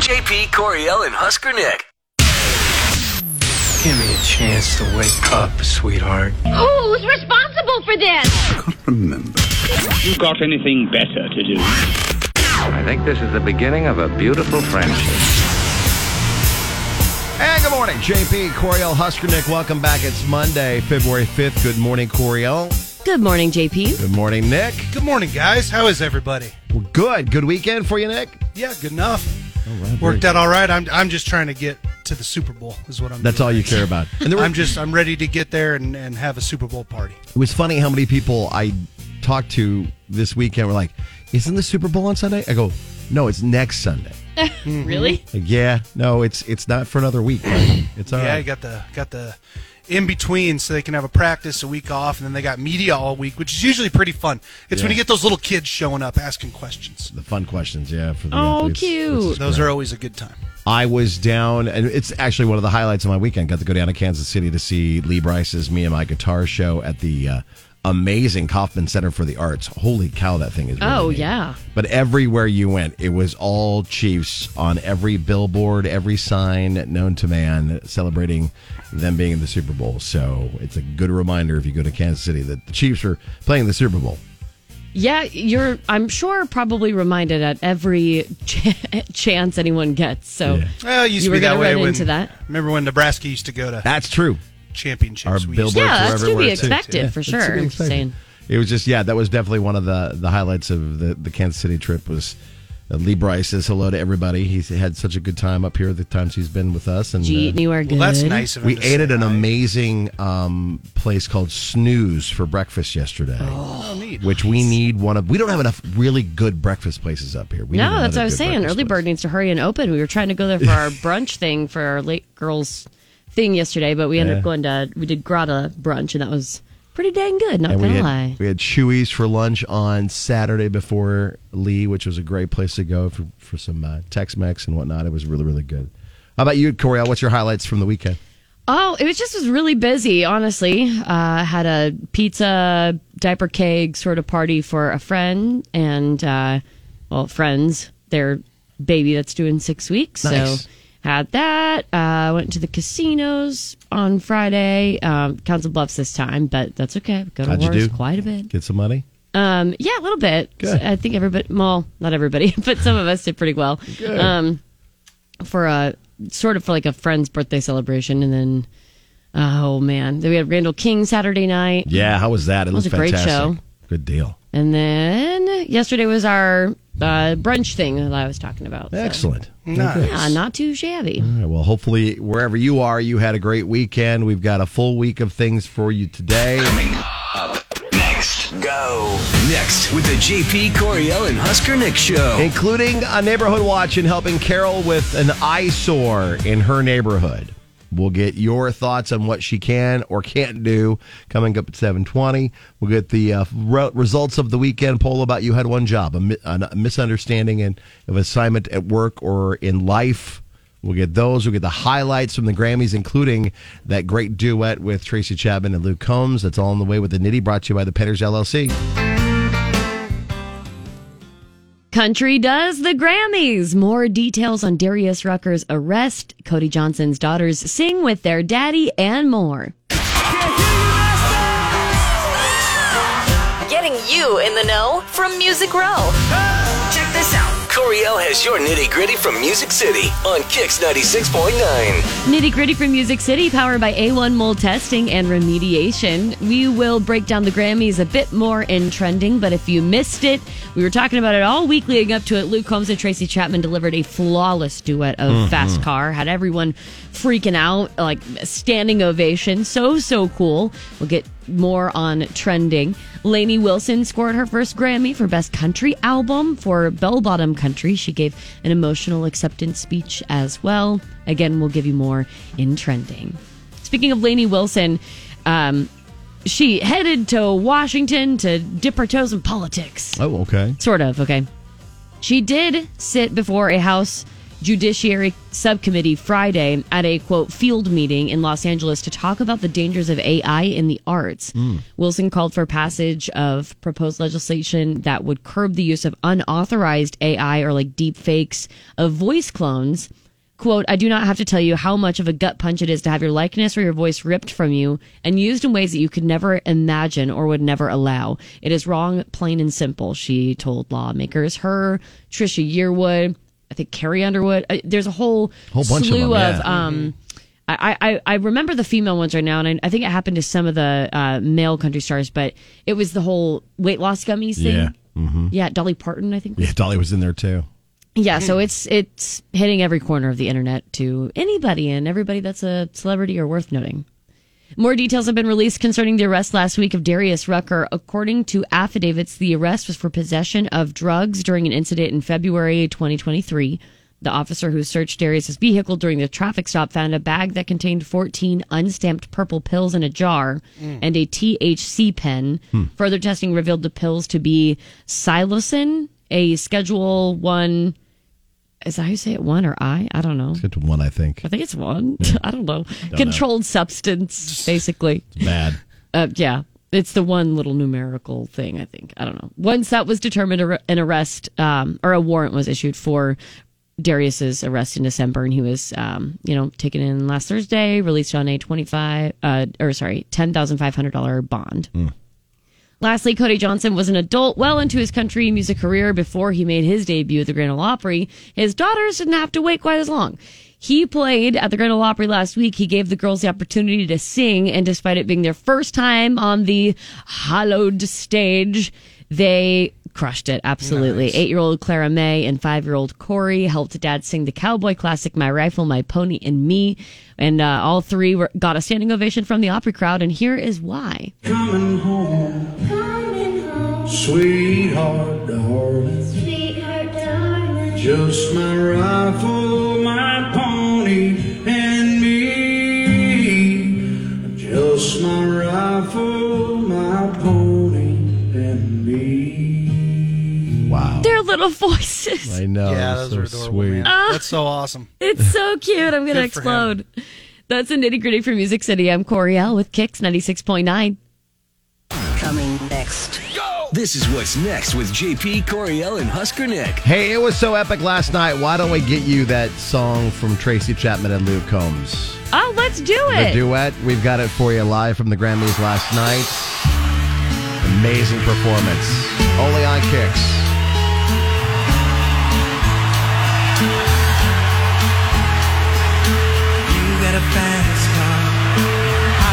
JP Coriel and Husker Nick. Give me a chance to wake up, sweetheart. Who's responsible for this? Remember. you got anything better to do? I think this is the beginning of a beautiful friendship. And good morning, JP Coriel Huskernick. Welcome back. It's Monday, February 5th. Good morning, Coriel. Good morning, JP. Good morning, Nick. Good morning, guys. How is everybody? Well, good. Good weekend for you, Nick. Yeah, good enough. Worked out all right. I'm I'm just trying to get to the Super Bowl. Is what I'm. That's doing. all you care about. And there were, I'm just I'm ready to get there and, and have a Super Bowl party. it was funny how many people I talked to this weekend were like, Isn't the Super Bowl on Sunday? I go, No, it's next Sunday. Really? Like, yeah, no, it's it's not for another week. buddy. It's all right. yeah, I got the got the in between so they can have a practice a week off, and then they got media all week, which is usually pretty fun. It's when you get those little kids showing up asking questions. the fun questions, yeah. For the Oh, athletes. cute. This is Those great. are always a good time. I was down, and it's actually one of the highlights of my weekend. Got to go down to Kansas City to see Lee Bryce's Me and My Guitar show at the uh, amazing Kaufman Center for the Arts. Holy cow, that thing is really Oh, neat. yeah. But everywhere you went, it was all Chiefs on every billboard, every sign known to man, celebrating them being in the Super Bowl. So it's a good reminder if you go to Kansas City that the Chiefs are playing the Super Bowl. Yeah, you're, I'm sure, probably reminded at every ch- chance anyone gets. So, Yeah. Well, it used You to be were gonna that way run when. into that? Remember when Nebraska used to go to That's true. championships? our we billboards used to- Yeah, were that's to be everywhere, too. expected, for that's sure. to be I'm expected. saying. It was just yeah, that was definitely one of the the highlights of the the Kansas City trip was. uh, Lee Bryce says hello to everybody. He's had such a good time up here the times he's been with us, and Jeet, uh, you are Well, good. that's nice of him we to ate say at an hi. amazing um, place called Snooze for breakfast yesterday, Oh, neat. which we need one of. We don't have enough really good breakfast places up here. We need No, that's another what I was good saying. breakfast Early place. bird needs to hurry and open. We were trying to go there for our brunch thing for our late girls thing yesterday, but we ended Yeah. up going to we did Grata brunch, and that was pretty dang good. Not And we gonna had, lie. we had Chewy's for lunch on Saturday before Lee, which was a great place to go for, for some uh, Tex Mex and whatnot. It was really, really good. How about you, Coriel? What's your highlights from the weekend? Oh, it was just was really busy, honestly. Uh, had a pizza diaper keg sort of party for a friend and uh, well, friends, their baby that's doing six weeks. Nice. So had that. Uh, went to the casinos on Friday. Um, Council Bluffs this time, but that's okay. Go to How'd you wars do? quite a bit. Get some money? Um, yeah, a little bit. Good. I think everybody, well, not everybody, but some of us did pretty well. Um, for a sort of for like a friend's birthday celebration, and then oh man, then we had Randall King Saturday night, Yeah, how was that? It, was looked a great fantastic. show. Good deal. and then yesterday was our uh, brunch thing that I was talking about. so. Excellent. Nice. Yeah, not too shabby. All right, well, hopefully, wherever you are, you had a great weekend. We've got a full week of things for you today. Next, go. Next with the JP Coriel and Husker Nick show. including a neighborhood watch and helping Carol with an eyesore in her neighborhood. We'll get your thoughts on what she can or can't do coming up at 7:20. We'll get the uh, re- results of the weekend poll about you had one job, a, mi- a misunderstanding and of assignment at work or in life. We'll get those. We'll get the highlights from the Grammys, including that great duet with Tracy Chapman and Luke Combs. That's all on the way with the nitty brought to you by the Petters LLC. Country does the Grammys. More details on Darius Rucker's arrest, Cody Johnson's daughters sing with their daddy, and more. Getting you in the know from Music Row. Check this out. Coriel has your nitty gritty from Music City on Kix 96.9. Nitty gritty from Music City, powered by A1 mold testing and remediation. We will break down the Grammys a bit more in trending, but if you missed it, we were talking about it all week leading up to it. Luke Combs and Tracy Chapman delivered a flawless duet of Fast Car, had everyone freaking out, like standing ovation. So, so cool. We'll get more on trending. Lainey Wilson scored her first Grammy for Best Country Album for Bell Bottom Country. She gave an emotional acceptance speech as well. Again, we'll give you more in trending. Speaking of Lainey Wilson, um, she headed to Washington to dip her toes in politics. Oh, okay. Sort of, okay. She did sit before a House Judiciary Subcommittee Friday at a quote field meeting in Los Angeles to talk about the dangers of AI in the arts. Wilson called for passage of proposed legislation that would curb the use of unauthorized AI or like deep fakes of voice clones quote i do not have to tell you how much of a gut punch it is to have your likeness or your voice ripped from you and used in ways that you could never imagine or would never allow it is wrong plain and simple she told lawmakers her trisha yearwood i think carrie underwood uh, there's a whole, Whole bunch of slew them, yeah. um I, I, I remember the female ones right now, and I, I think it happened to some of the uh, male country stars, but it was the whole weight loss gummies thing. Yeah. Mm-hmm. Yeah, Dolly Parton, I think. was Yeah, Dolly was in there too. yeah, so it's it's hitting every corner of the internet to anybody and everybody that's a celebrity or worth noting. More details have been released concerning the arrest last week of Darius Rucker. According to affidavits, the arrest was for possession of drugs during an incident in February 2023. The officer who searched Darius's vehicle during the traffic stop found a bag that contained 14 unstamped purple pills in a jar and a THC pen. Further testing revealed the pills to be psilocin, a Schedule 1 is that how you say it? One or I? I don't know. Get to one, I think. I think it's one. I don't know. Controlled substance, basically. Bad. Uh, yeah, it's the one little numerical thing. I think I don't know. Once that was determined, ar- an arrest um, or a warrant was issued for Darius's arrest in December, and he was, um, you know, taken in last Thursday, released on a twenty-five uh, or sorry, ten thousand five hundred dollar bond. Lastly, Cody Johnson was an adult well into his country music career before he made his debut at the Grand Ole Opry. His daughters didn't have to wait quite as long. He played at the Grand Ole Opry last week. He gave the girls the opportunity to sing, and despite it being their first time on the hallowed stage, they crushed it absolutely. Eight year old Clara May and five year old Corey helped dad sing the cowboy classic My Rifle, My Pony, and Me. And uh, all three were, got a standing ovation from the Opry crowd, and here is why. Coming home, sweetheart, darling. Just my rifle, my pony, and me. Just my rifle, my pony, and me. Wow. Their little voices. I know. Yeah, it was those are so adorable, sweet. man. That's so awesome. It's so cute. I'm going to Good for him. explode. That's a nitty gritty for Music City. I'm Coriel with Kicks 96.9. Coming next. This is what's next with JP Coriel and Husker Nick. Hey, it was so epic last night. Why don't we get you that song from Tracy Chapman and Luke Combs? Oh, let's do The it. duet. We've got it for you live from the Grammys last night. Amazing performance. Only on Kicks. You got a fast car.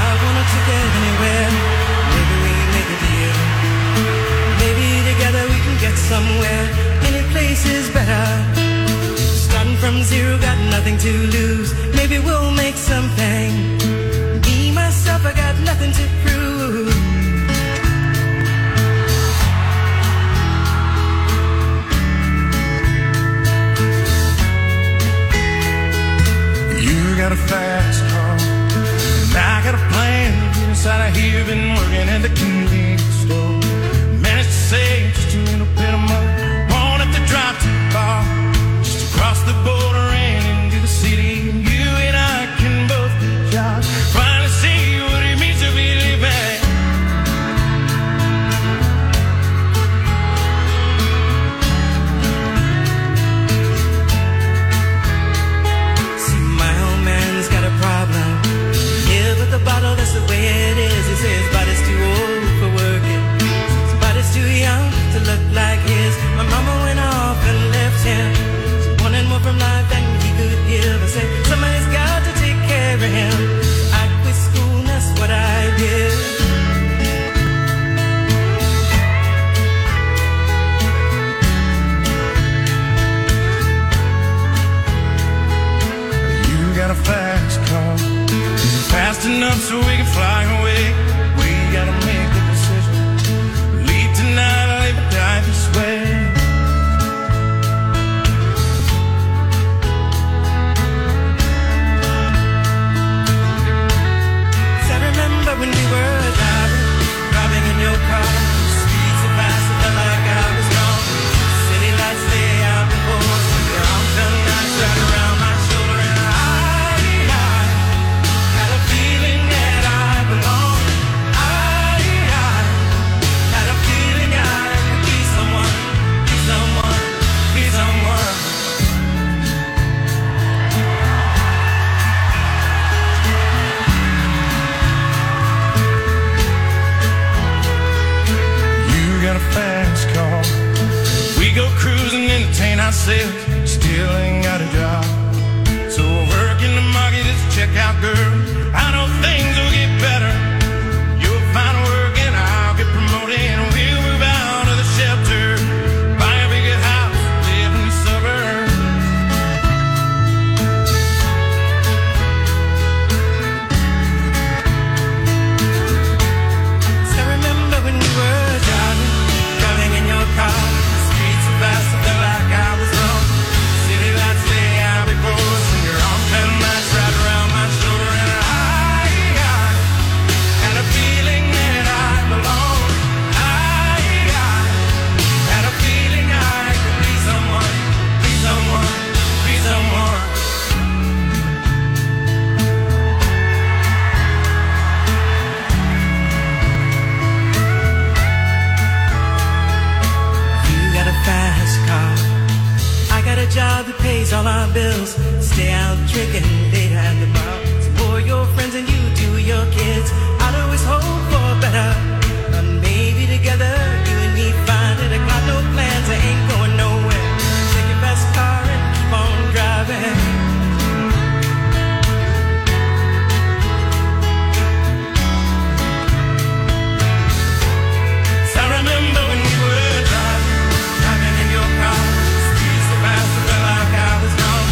I wanna take it anywhere. Maybe we make a deal. Maybe together we can get somewhere. Any place is better. Starting from zero, got nothing to lose. Maybe we'll make something. Me, myself, I got nothing to prove. You got a fast car, and I got a plan to get inside of here. Been working at the convenience store, managed to save just a little bit of money. Won't have to drive too far, just across the border and into the city. You and I can both get jobs. Finally see what it means to be living. See, my old man's got a problem. Yeah, but the bottle, that's the way it is. He says, body's too old for working. His body's too young to look like his. My mama went off and left him. She wanted more from life than he could give. I said, somebody's got to take care of him. I quit school, and that's what I did. You got a fast car. Is it fast enough so we can fly away? We gotta make a decision. Leave tonight or live or die this way. I remember when we were driving, driving in your car. Streets are fast, it felt like I was gone. City lights lay out before us. We're all done, I sales, still ain't got a job. So I work in the market as a checkout girl. I know things will get better. You'll find work and I'll get promoted and we'll move out of the shelter. Buy a bigger house, live in the suburbs. I remember when you were driving, driving in your car. The streets were fast, I felt like I was wrong. City lights lay out before us, and your arm felt nice right around my shoulder. And I, I had a feeling that I belonged. I, I had a feeling I could be someone, be someone, be someone. You got a fast car. I got a job that pays all our bills. Stay out drinking late at the bar. Support your friends and you do your kids. I'd always hope for better. But maybe together you and me find it. I got no plans. I ain't going nowhere. Take your best car and keep on driving. I remember when you were driving, driving in your car. Streets so fast, I felt like I was gone.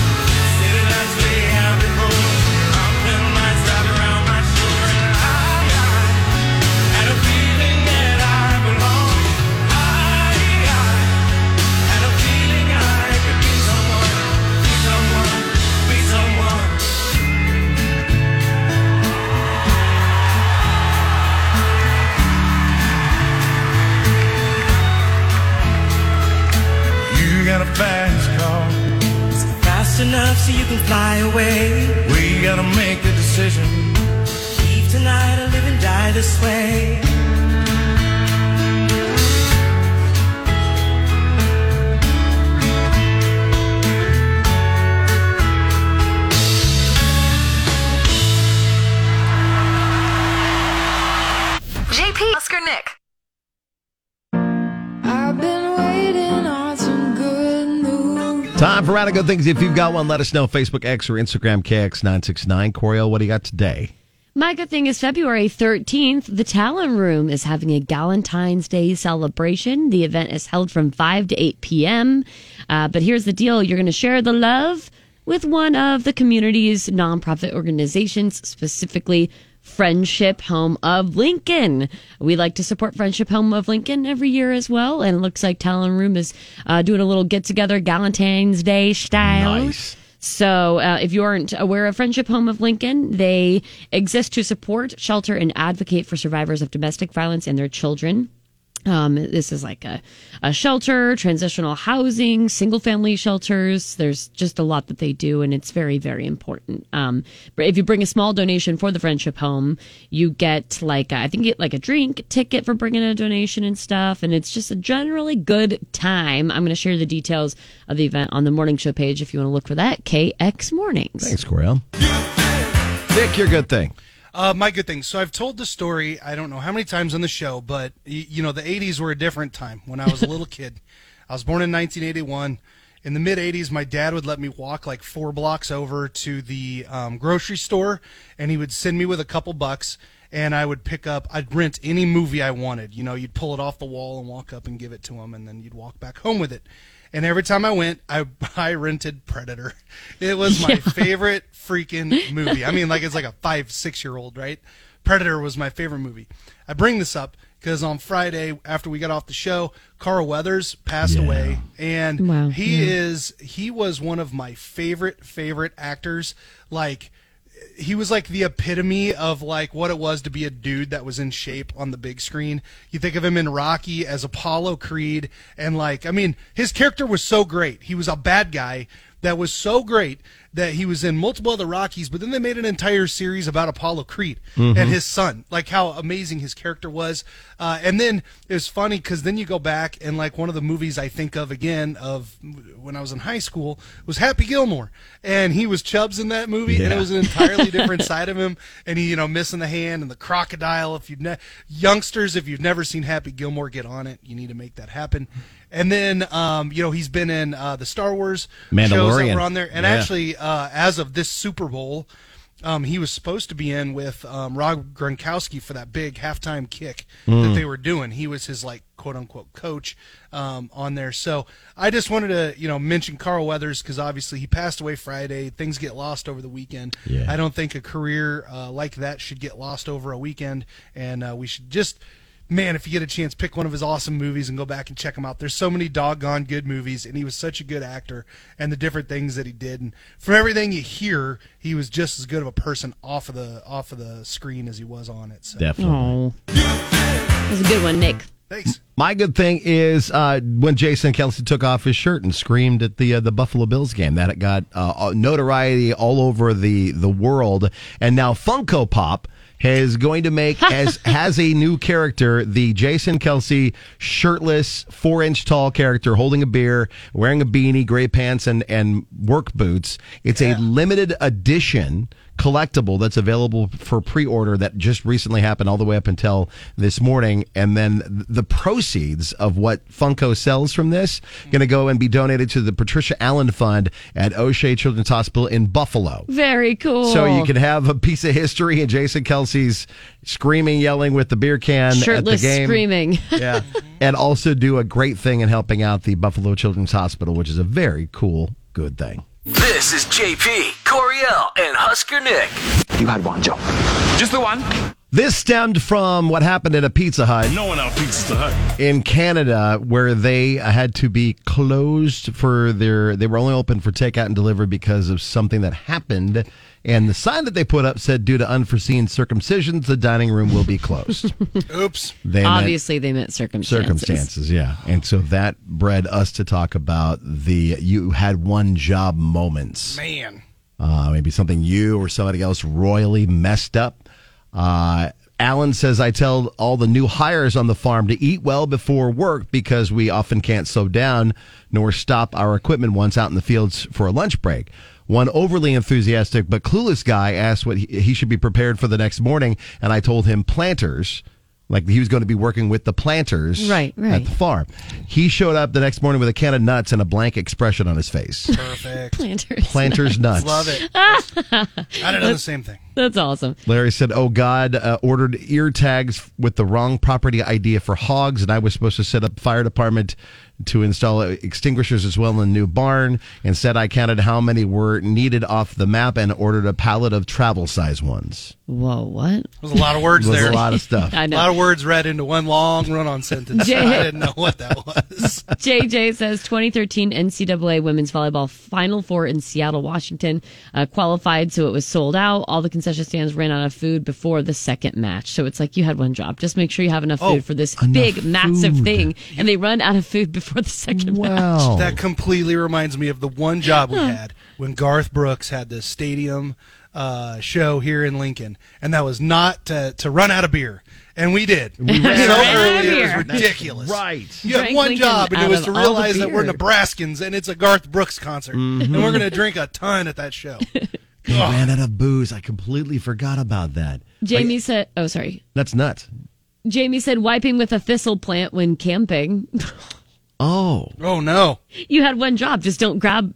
City lights way out before. Mountain lights right around my shoulder, and I, I had a feeling that I belong. I, I had a feeling I could be someone, be someone, be someone. You got a fast car. Is it fast enough so you can fly away? We gotta make a decision. Leave tonight or live and die this way. JP, Oscar, Nick. Time for Out of Good Things. If you've got one, let us know. Facebook X or Instagram KX969. Coriel, what do you got today? My good thing is February 13th, the Talon Room is having a Galentine's Day celebration. The event is held from 5 to 8 p.m. Uh, but here's the deal you're going to share the love with one of the community's nonprofit organizations, specifically Friendship Home of Lincoln. We like to support Friendship Home of Lincoln every year as well. And it looks like Talon Room is uh, doing a little get together, Galentine's Day style. Nice. So, uh, if you aren't aware of Friendship Home of Lincoln, they exist to support, shelter, and advocate for survivors of domestic violence and their children. Um, this is like a, a shelter, transitional housing, single family shelters. There's just a lot that they do, and it's very, very important. Um, but if you bring a small donation for the Friendship Home, you get like, I think you get like a drink ticket for bringing a donation and stuff. And it's just a generally good time. I'm going to share the details of the event on the morning show page if you want to look for that. KX Mornings. Thanks, Coriel. Nick, your good thing. Uh, my good thing. So I've told the story. I don't know how many times on the show, but y- you know the '80s were a different time. When I was a little kid, I was born in 1981. In the mid '80s, my dad would let me walk like four blocks over to the um, grocery store, and he would send me with a couple bucks, and I would pick up. I'd rent any movie I wanted. You know, you'd pull it off the wall and walk up and give it to him, and then you'd walk back home with it. And every time I went, I I rented Predator. It was my favorite freaking movie. I mean, like it's like a five six year old, right? Predator was my favorite movie. I bring this up because on Friday after we got off the show, Carl Weathers passed away, and Wow, he is he was one of my favorite favorite actors. Like he was like the epitome of like what it was to be a dude that was in shape on the big screen. You think of him in Rocky as Apollo Creed and like I mean his character was so great. He was a bad guy that was so great that he was in multiple other Rockies, but then they made an entire series about Apollo Creed and his son, like how amazing his character was. Uh, and then it was funny because then you go back and like one of the movies I think of again of when I was in high school was Happy Gilmore, and he was Chubbs in that movie, and it was an entirely different side of him. And he, you know, missing the hand and the crocodile. If you've ne- youngsters, if you've never seen Happy Gilmore, get on it. You need to make that happen. And then, um, you know, he's been in uh, the Star Wars shows that Mandalorian. were on there. And Yeah. actually, uh, as of this Super Bowl, um, he was supposed to be in with um, Rob Gronkowski for that big halftime kick that Mm. they were doing. He was his like quote unquote coach um, on there. So I just wanted to you know mention Carl Weathers because obviously he passed away Friday. Things get lost over the weekend. Yeah. I don't think a career uh, like that should get lost over a weekend, and uh, we should just. Man, if you get a chance, pick one of his awesome movies and go back and check them out. There's so many doggone good movies, and he was such a good actor, and the different things that he did. And from everything you hear, he was just as good of a person off of the off of the screen as he was on it. So. Definitely. That was a good one, Nick. My good thing is uh, when Jason Kelsey took off his shirt and screamed at the uh, the Buffalo Bills game. That it got uh, notoriety all over the the world, and now Funko Pop is going to make as has a new character the Jason Kelsey shirtless four inch tall character holding a beer, wearing a beanie, gray pants, and and work boots. It's a limited edition collectible that's available for pre-order that just recently happened all the way up until this morning and then th- the proceeds of what Funko sells from this going to go and be donated to the Patricia Allen Fund at O'Shea Children's Hospital in Buffalo. Very cool. So you can have a piece of history and Jason Kelsey's screaming yelling with the beer can shirtless at the game. screaming. Yeah. and also do a great thing in helping out the Buffalo Children's Hospital, which is a very cool good thing. This is JP, Coriel, and Husker Nick. You had one job. Just the one. This stemmed from what happened at a Pizza Hut. No one outbeats the hut. in Canada where they had to be closed for their they were only open for takeout and delivery because of something that happened and the sign that they put up said due to unforeseen circumcisions the dining room will be closed Oops. They meant- Obviously, they meant circumstances. circumstances yeah and so that bred us to talk about the you had one job moments man uh, maybe something you or somebody else royally messed up. Uh, Alan says, I tell all the new hires on the farm to eat well before work because we often can't slow down nor stop our equipment once out in the fields for a lunch break. One overly enthusiastic but clueless guy asked what he, he should be prepared for the next morning, and I told him planters. Like he was going to be working with the planters Right, right. at the farm. He showed up the next morning with a can of nuts and a blank expression on his face. Perfect. Planters. Planters nuts. Love it. I'd have done the same thing. That's awesome. Larry said, "Oh God, uh, ordered ear tags with the wrong property idea for hogs, and I was supposed to set up fire department to install extinguishers as well in the new barn. And said I counted how many were needed off the map and ordered a pallet of travel size ones. Whoa, what? There's a lot of words Was a there. lot of stuff. I A know. lot of words read into one long run-on sentence. Jay- I didn't know what that was. JJ says 2013 NCAA Women's Volleyball Final Four in Seattle, Washington uh, qualified, so it was sold out. All the concession stands ran out of food before the second match. So it's like you had one job. Just make sure you have enough Oh, food for this enough big, massive food. thing. And they run out of food before the second match. Oh. That completely reminds me of the one job we had when Garth Brooks had the stadium uh, show here in Lincoln, and that was not to, to run out of beer, and we did. ran We so out of early, beer. It was ridiculous. Right. You had Drank one Lincoln job, and out it was of to all the realize that we're beer. Nebraskans, and it's a Garth Brooks concert, and we're Mhm. going to drink a ton at that show. They ran out of booze. I completely forgot about that. Jamie said, oh, sorry. That's nuts. Jamie said wiping with a thistle plant when camping. Oh, oh no. you had one job. Just don't grab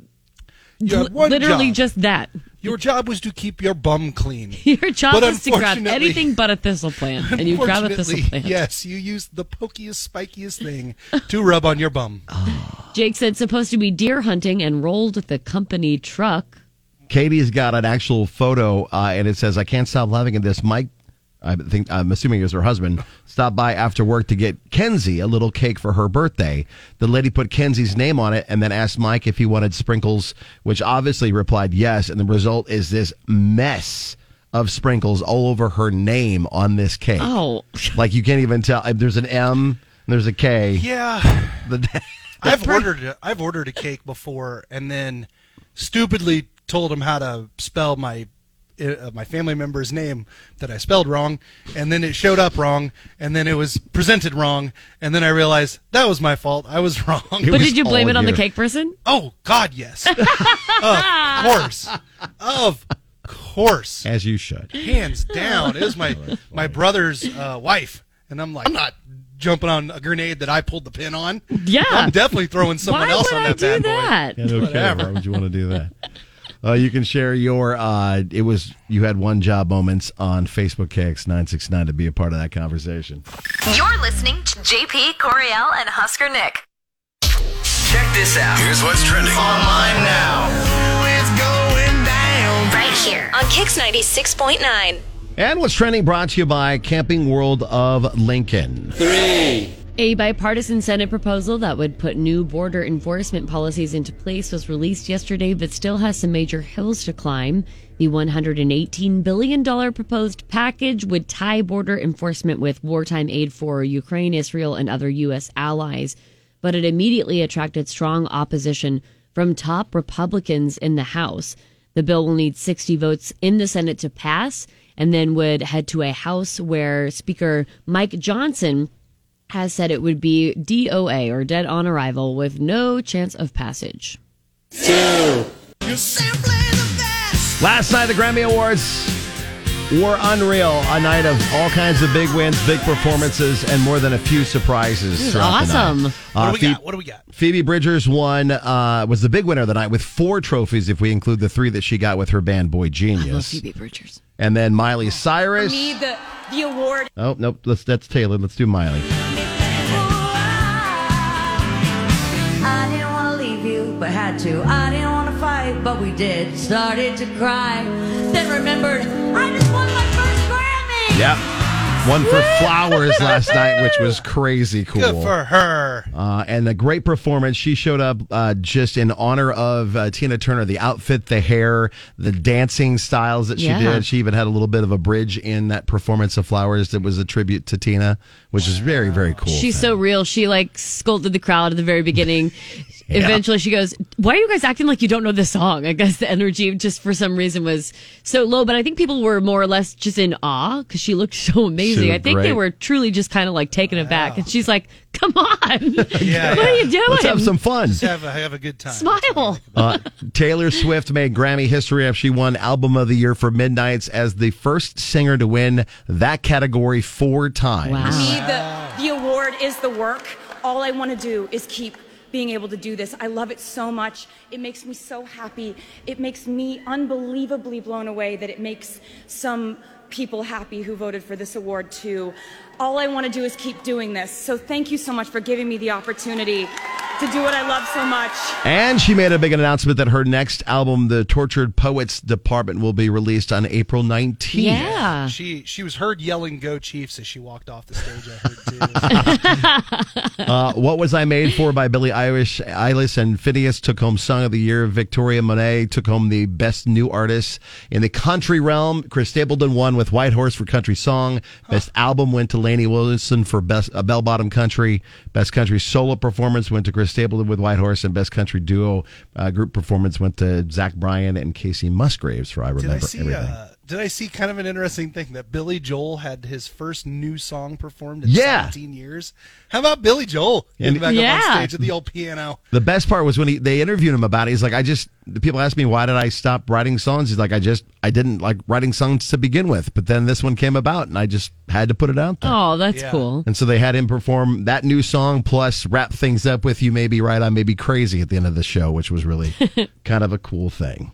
You had one literally job. just that. Your job was to keep your bum clean. Your job But is to grab unfortunately- anything but a thistle plant, and you grab a thistle Unfortunately, plant. Yes, you used the pokiest, spikiest thing to rub on your bum. Oh. Jake said supposed to be deer hunting and rolled the company truck. Katie's got an actual photo, uh, and it says, "I can't stop laughing at this." Mike, I think I'm assuming it was her husband, stopped by after work to get Kenzie a little cake for her birthday. The lady put Kenzie's name on it, and then asked Mike if he wanted sprinkles, which obviously replied yes. And the result is this mess of sprinkles all over her name on this cake. Oh, like you can't even tell. There's an M, there's a K. Yeah. The- I've ordered a, I've ordered a cake before, and then stupidly told him how to spell my uh, my family member's name that I spelled wrong, and then it showed up wrong, and then it was presented wrong, and then I realized that was my fault. I was wrong. but did you blame it on the cake person? Oh God, yes. of course, of course, as you should. hands down. It was my my brother's uh, wife, and I'm like, I'm not jumping on a grenade that I pulled the pin on. Yeah. I'm definitely throwing someone Why else would on I that do bad boy. that? Yeah, no kidding. Why would you want to do that? Uh, you can share your uh, it was you had one job moments on Facebook KX nine six nine to be a part of that conversation. You're listening to JP Coriel and Husker Nick. Check this out. Here's what's trending online now. It's going down. Right here on Kix 96.9. And what's trending brought to you by Camping World of Lincoln. A bipartisan Senate proposal that would put new border enforcement policies into place was released yesterday, but still has some major hills to climb. The $118 billion proposed package would tie border enforcement with wartime aid for Ukraine, Israel, and other U.S. allies. But it immediately attracted strong opposition from top Republicans in the House. The bill will need 60 votes in the Senate to pass and then would head to a House where Speaker Mike Johnson has said it would be DOA or dead on arrival with no chance of passage. Last night, the Grammy Awards were unreal. A night of all kinds of big wins, big performances, and more than a few surprises. is throughout the awesome. night. What do we Phoebe, got? What do we got? Phoebe Bridgers won, uh, was the big winner of the night with four trophies, if we include the three that she got with her band Boy Genius. Phoebe Bridgers. And then Miley Cyrus. the, the award. Oh, nope, let's, that's Taylor. Let's do Miley. I didn't want to leave you, but had to. I didn't want to fight, but we did. Started to cry, then remembered I just won my first Grammy. Yep. One for Flowers last night, which was crazy cool. Good for her. Uh, and a great performance. She showed up uh, just in honor of uh, Tina Turner. The outfit, the hair, the dancing styles that she Yeah. did. She even had a little bit of a bridge in that performance of Flowers that was a tribute to Tina, which is very, very cool. She's so real. She like scolded the crowd at the very beginning. Eventually, she goes, "Why are you guys acting like you don't know this song?" I guess the energy just for some reason was so low, but I think people were more or less just in awe because she looked so amazing. I looked think they great. were truly just kind of like taken aback, and she's like, "Come on, what are you doing? Let's have some fun. Just have a, have a good time. Smile." Uh, Taylor Swift made Grammy history after she won Album of the Year for Midnight's as the first singer to win that category four times. Wow. The, the award is the work. All I want to do is keep being able to do this. I love it so much. It makes me so happy. It makes me unbelievably blown away that it makes some people happy who voted for this award too. All I want to do is keep doing this. So thank you so much for giving me the opportunity to do what I love so much. And she made a big announcement that her next album, The Tortured Poets Department, will be released on April 19th. Yeah. She she was heard yelling "Go Chiefs" as she walked off the stage. I heard too. Uh, what Was I Made For by Billie Irish, Eilish and Phineas took home Song of the Year. Victoria Monet took home the Best New Artist. In the country realm, Chris Stapleton won with White Horse for Country Song. Best Album went to Laney Wilson for Best uh, Bell Bottom Country. Best Country Solo Performance went to Chris Stapleton with White Horse. And Best Country Duo uh, Group Performance went to Zach Bryan and Casey Musgraves for I did I Remember see? Everything. Uh, did I see kind of an interesting thing that Billy Joel had his first new song performed in Yeah. 17 years? How about Billy Joel getting And- back up Yeah. on stage at the old piano? The best part was when he, they interviewed him about it. He's like, I just, the people asked me, why did I stop writing songs? He's like, I just, I didn't like writing songs to begin with, but then this one came about and I just had to put it out there. Oh, that's Yeah. cool. And so they had him perform that new song plus wrap things up with You May Be Right, I May Be Crazy at the end of the show, which was really kind of a cool thing.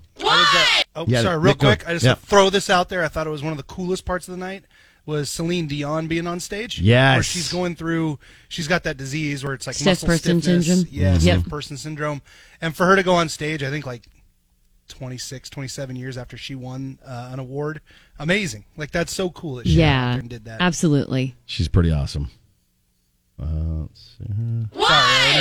Oh, Yeah, sorry, real Nick, go- quick. I just yeah. throw this out there. I thought it was one of the coolest parts of the night was Celine Dion being on stage. Yes. where she's going through. She's got that disease where it's like Stiff muscle person stiffness. syndrome. Mm-hmm. Yeah, Mhm. Yep. stiff person syndrome. And for her to go on stage, I think like 26, 27 years after she won uh, an award, amazing. Like that's so cool that she went out Yeah, there and did that. absolutely. She's pretty awesome. Uh, let's see.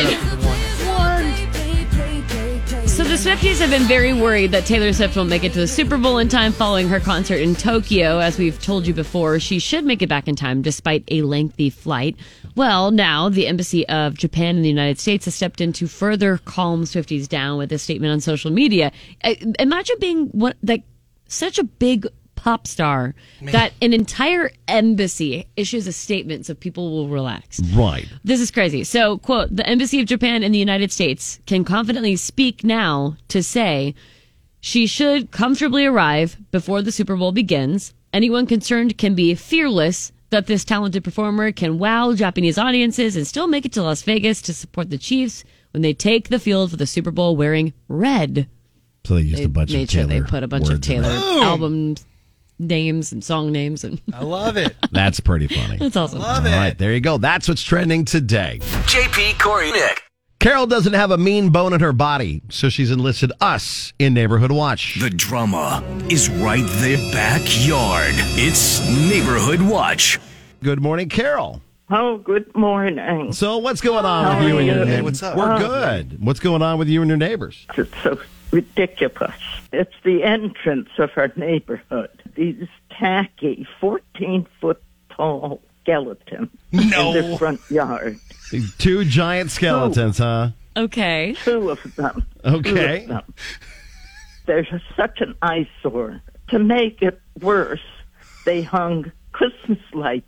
So the Swifties have been very worried that Taylor Swift won't make it to the Super Bowl in time following her concert in Tokyo. As we've told you before, she should make it back in time despite a lengthy flight. Well, now the embassy of Japan in the United States has stepped in to further calm Swifties down with a statement on social media. I, imagine being what like such a big pop star that an entire embassy issues a statement so people will relax. Right. This is crazy. So, quote, the Embassy of Japan in the United States can confidently speak now to say she should comfortably arrive before the Super Bowl begins. Anyone concerned can be fearless that this talented performer can wow Japanese audiences and still make it to Las Vegas to support the Chiefs when they take the field for the Super Bowl wearing red. So they used They a bunch made of sure Taylor they put a bunch of words in Taylor there. album names and song names, and I love it. That's pretty funny. That's awesome. All right, there you go. That's what's trending today. JP, Corey, Nick. Carol doesn't have a mean bone in her body, so she's enlisted us in Neighborhood Watch. The drama is right their backyard. It's Neighborhood Watch. Good morning, Carol. Oh, good morning. So, what's going on with you and your neighbors? We're good. What's going on with you and your neighbors? It's so ridiculous. It's the entrance of our neighborhood. These tacky, 14 foot tall skeletons in the front yard. Two giant skeletons, huh? Okay. Two of them. Okay. Two of them. They're just such an eyesore. To make it worse, they hung Christmas lights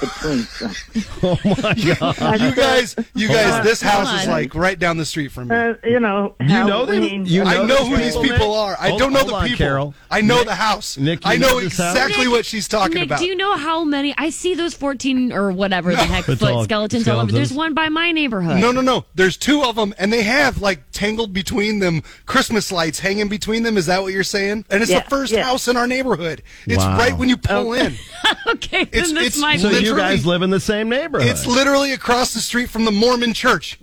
between them. oh my God. You guys, you guys, Uh, this house come is on. like right down the street from me. Uh, you know, You know them? Halloween- You know I know these who these people? people are. I Hold- don't know hold the on, people. Carol. I know Nick- the house. Nick, you I know know, this house? exactly Nick- what she's talking Nick, about. do you know how many? I see those 14 or whatever the heck It's foot all skeletons, all over. skeletons. There's one by my neighborhood. No, no, no. There's two of them, and they have like tangled between them Christmas lights hanging between them. Is that what you're saying? And it's Yeah, the first yeah. Oh. house in our neighborhood. It's Wow. right when you pull Okay. in. okay, then It's- this it's might so you literally- guys live in the same neighborhood. It's literally across the street from the Mormon church,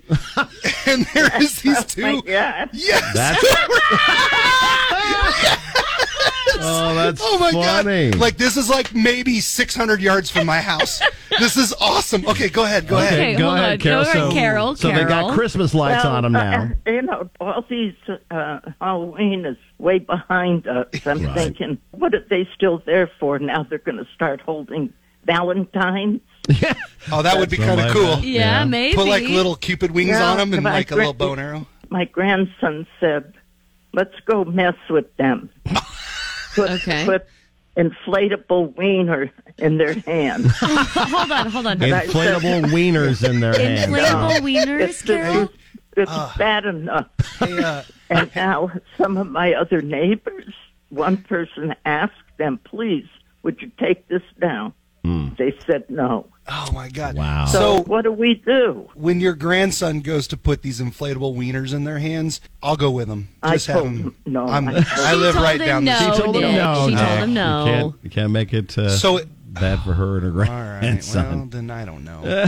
and there is these two. Yeah. Yes. Oh, that's Oh my funny. god! Like this is like maybe 600 yards from my house. this is awesome. Okay, go ahead. Go Okay, ahead. go ahead, Carol. so, so they got Christmas lights Well, on them now. uh, you know, all these uh, Halloween is way behind us. I'm Right. thinking, what are they still there for? Now they're going to start holding Valentine's. Oh, that would be Well, kind I- of cool. Yeah, Yeah. maybe. Put like little cupid wings Yeah, on them and my like a little grand- bow and arrow. My grandson said, "Let's go mess with them." put, okay. Put inflatable wiener in their hand. hold on, hold on. Inflatable wieners in their hands. Inflatable wieners, It's just- Carol? It's bad enough. and now some of my other neighbors, one person asked them, please, would you take this down? Hmm. They said no. Oh my god! Wow. So, what do we do? When your grandson goes to put these inflatable wieners in their hands, I'll go with him. I Just told have him. him no. I'm, I told I him- live She right told him down the no, street. She told him Nick. no, She Nick. told him You no. can't, you can't make it uh, So it- bad for her and her grandson. Well, then I don't know.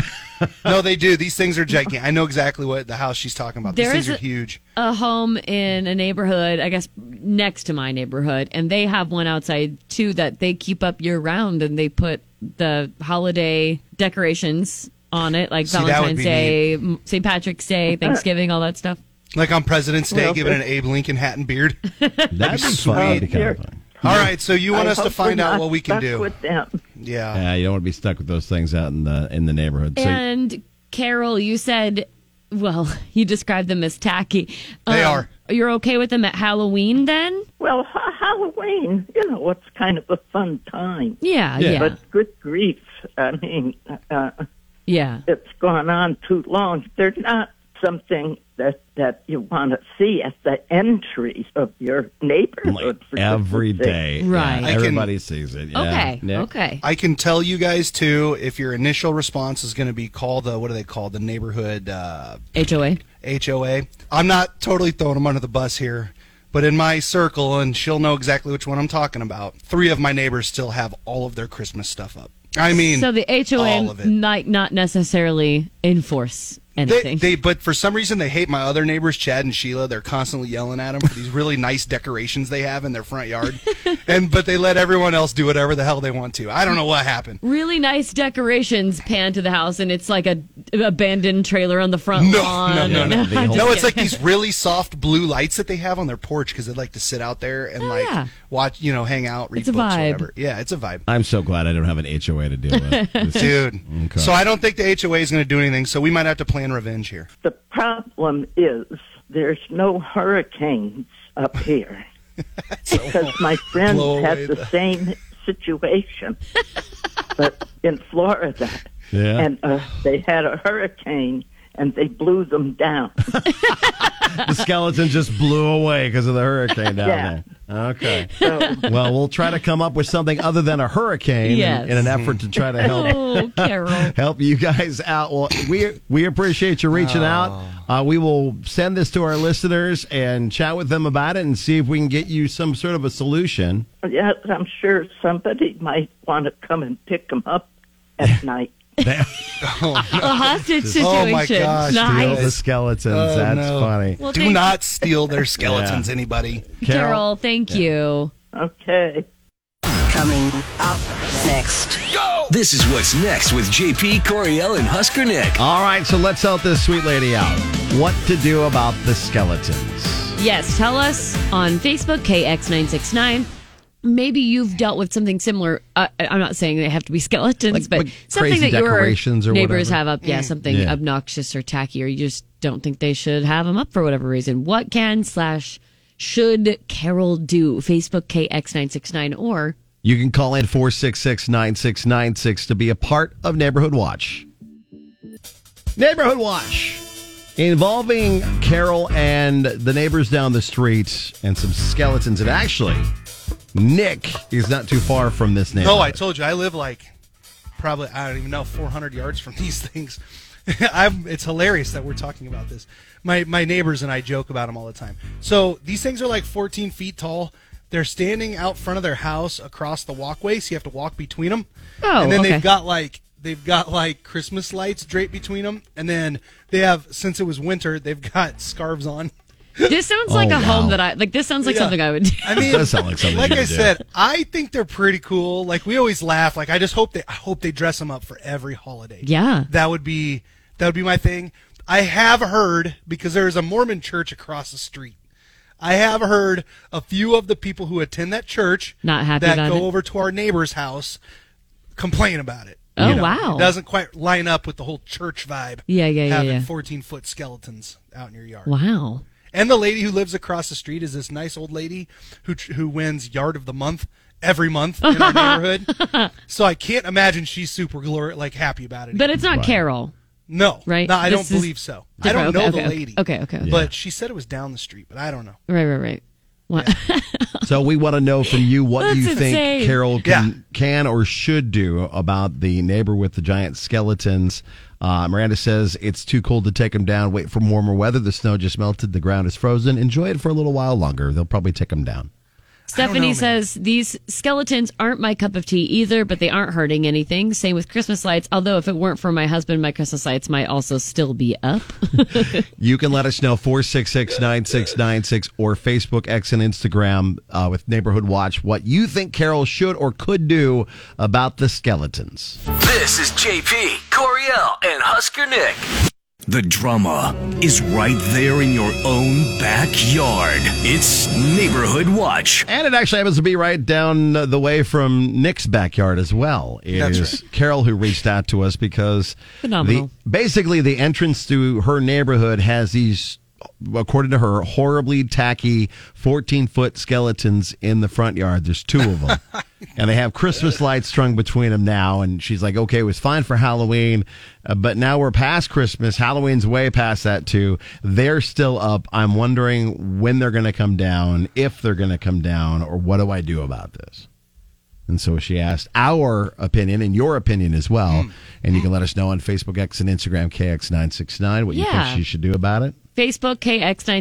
no, they do. These things are gigantic. I know exactly what the house she's talking about. There these things is are huge. a home in a neighborhood, I guess next to my neighborhood, and they have one outside too that they keep up year round and they put the holiday decorations on it, like See, that would Valentine's be Day, M- St. Patrick's Day, Thanksgiving, all that stuff. Like on President's Day, Well, giving an it- Abe Lincoln hat and beard. That'd be fun. sweet. That'd be kinda All right, so you want I us to hope find we're out not what we can stuck do? with them. Yeah. Yeah, you don't want to be stuck with those things out in the in the neighborhood. So And Carol, you said, well, you described them as tacky. Um, They are. You're okay with them at Halloween then? Well, ha- Halloween, you know, it's kind of a fun time. Yeah, Yeah. yeah. But good grief. I mean, uh, yeah. it's gone on too long. They're not something that, that you want to see at the entry of your neighborhood. for every goodness sake. day, Right. yeah, I can- everybody sees it. Yeah. Nick? Okay. I can tell you guys too if your initial response is going to be call the what do they call the neighborhood uh, HOA. HOA. I'm not totally throwing them under the bus here, but in my circle, and she'll know exactly which one I'm talking about. Three of my neighbors still have all of their Christmas stuff up. I mean, so the all of HOA it. might not necessarily enforce anything. They, they, but for some reason, they hate my other neighbors, Chad and Sheila. They're constantly yelling at them for these really nice decorations they have in their front yard, and but they let everyone else do whatever the hell they want to. I don't know what happened. really nice decorations pan to the house, and it's like a abandoned trailer on the front lawn. No, no, and- no, I'm no. just No, it's kidding. like these really soft blue lights that they have on their porch because they like to sit out there and like Oh, yeah. watch, you know, hang out, read It's a books, vibe. whatever. Yeah, it's a vibe. I'm so glad I don't have an HOA to deal with, This is- Dude. Okay. So I don't think the HOA is going to do anything. So we might have to plan revenge here. The problem is there's no hurricanes up here. because my friend blow had away the, the- same situation but in Florida. Yeah. And uh, they had a hurricane and they blew them down. the skeleton just blew away because of the hurricane down Yeah. there. Okay. well, we'll try to come up with something other than a hurricane in- Yes. in, an effort to try to help Oh, Carol. help you guys out. Well, we we appreciate you reaching out. Oh. Uh, we will send this to our listeners and chat with them about it and see if we can get you some sort of a solution. Yes, I'm sure somebody might want to come and pick them up at night. A hostage Just- situation. Steal nice. the skeletons. Oh, That's no. funny. Well, Do thank- not steal their skeletons, Yeah. anybody. Carol, thank you. Okay. Coming up next. Go! This is what's next with JP Coriel and Husker Nick. All right, so let's help this sweet lady out. What to do about the skeletons? Yes, tell us on Facebook, KX969. Maybe you've dealt with something similar. Uh, I'm not saying they have to be skeletons, but something crazy that your decorations or neighbors whatever. have up. Yeah, Mm. something Yeah. obnoxious or tacky, or you just don't think they should have them up for whatever reason. What can slash should Carol do? Facebook KX969 or You can call in 466 9696 to be a part of Neighborhood Watch. Neighborhood Watch involving Carol and the neighbors down the street and some skeletons. And actually, Nick is not too far from this neighborhood. No, I told you I live like probably I don't even know 400 yards from these things. I'm, it's hilarious that we're talking about this. My my neighbors and I joke about them all the time. So these things are like 14 feet tall. They're standing out front of their house across the walkway, so you have to walk between them. Oh, and then okay. they've got like they've got like Christmas lights draped between them, and then they have since it was winter, they've got scarves on. this sounds like Oh, a home that I like. This sounds like Yeah. something I would do. I mean, like I said, I think they're pretty cool. Like we always laugh. Like I just hope they, I hope they dress them up for every holiday. Yeah. that would be that would be my thing. I have heard because there is a Mormon church across the street. I have heard a few of the people who attend that church Not happy that about go it? over to our neighbor's house complain about it. Oh, wow. It doesn't quite line up with the whole church vibe. Yeah, yeah, yeah, Having yeah. fourteen foot skeletons out in your yard. Wow. And the lady who lives across the street is this nice old lady who tr- who wins yard of the month every month in our neighborhood. So I can't imagine she's super glor- like happy about it. But either. it's not Carol. No, Right? No, I This don't is believe so. I don't different. know Okay, the okay, okay. lady. Okay, okay, okay. But she said it was down the street, but I don't know. Right, right, right. What? So we want to know from you what That's you think insane. Carol can, can or should do about the neighbor with the giant skeletons. Uh, Miranda says it's too cold to take them down. Wait for warmer weather. The snow just melted. The ground is frozen. Enjoy it for a little while longer. They'll probably take them down. Stephanie says these skeletons aren't my cup of tea either, but they aren't hurting anything. Same with Christmas lights. Although if it weren't for my husband, my Christmas lights might also still be up. You can let us know 466 9696 or Facebook, X, and Instagram uh, with Neighborhood Watch what you think Carol should or could do about the skeletons. This is JP Coriel and Husker Nick. The drama is right there in your own backyard. It's Neighborhood Watch. And it actually happens to be right down the way from Nick's backyard as well. It That's is Carol who reached out to us because Phenomenal. The, basically the entrance to her neighborhood has these, according to her, horribly tacky 14 foot skeletons in the front yard. There's two of them. and they have Christmas lights strung between them now. And she's like, okay, it was fine for Halloween, uh, but now we're past Christmas. Halloween's way past that too. They're still up. I'm wondering when they're going to come down, if they're going to come down, or what do I do about this? And so she asked our opinion and your opinion as well. Hmm. And you can let us know on Facebook, X, and Instagram, KX969, what you Yeah. think she should do about it. Facebook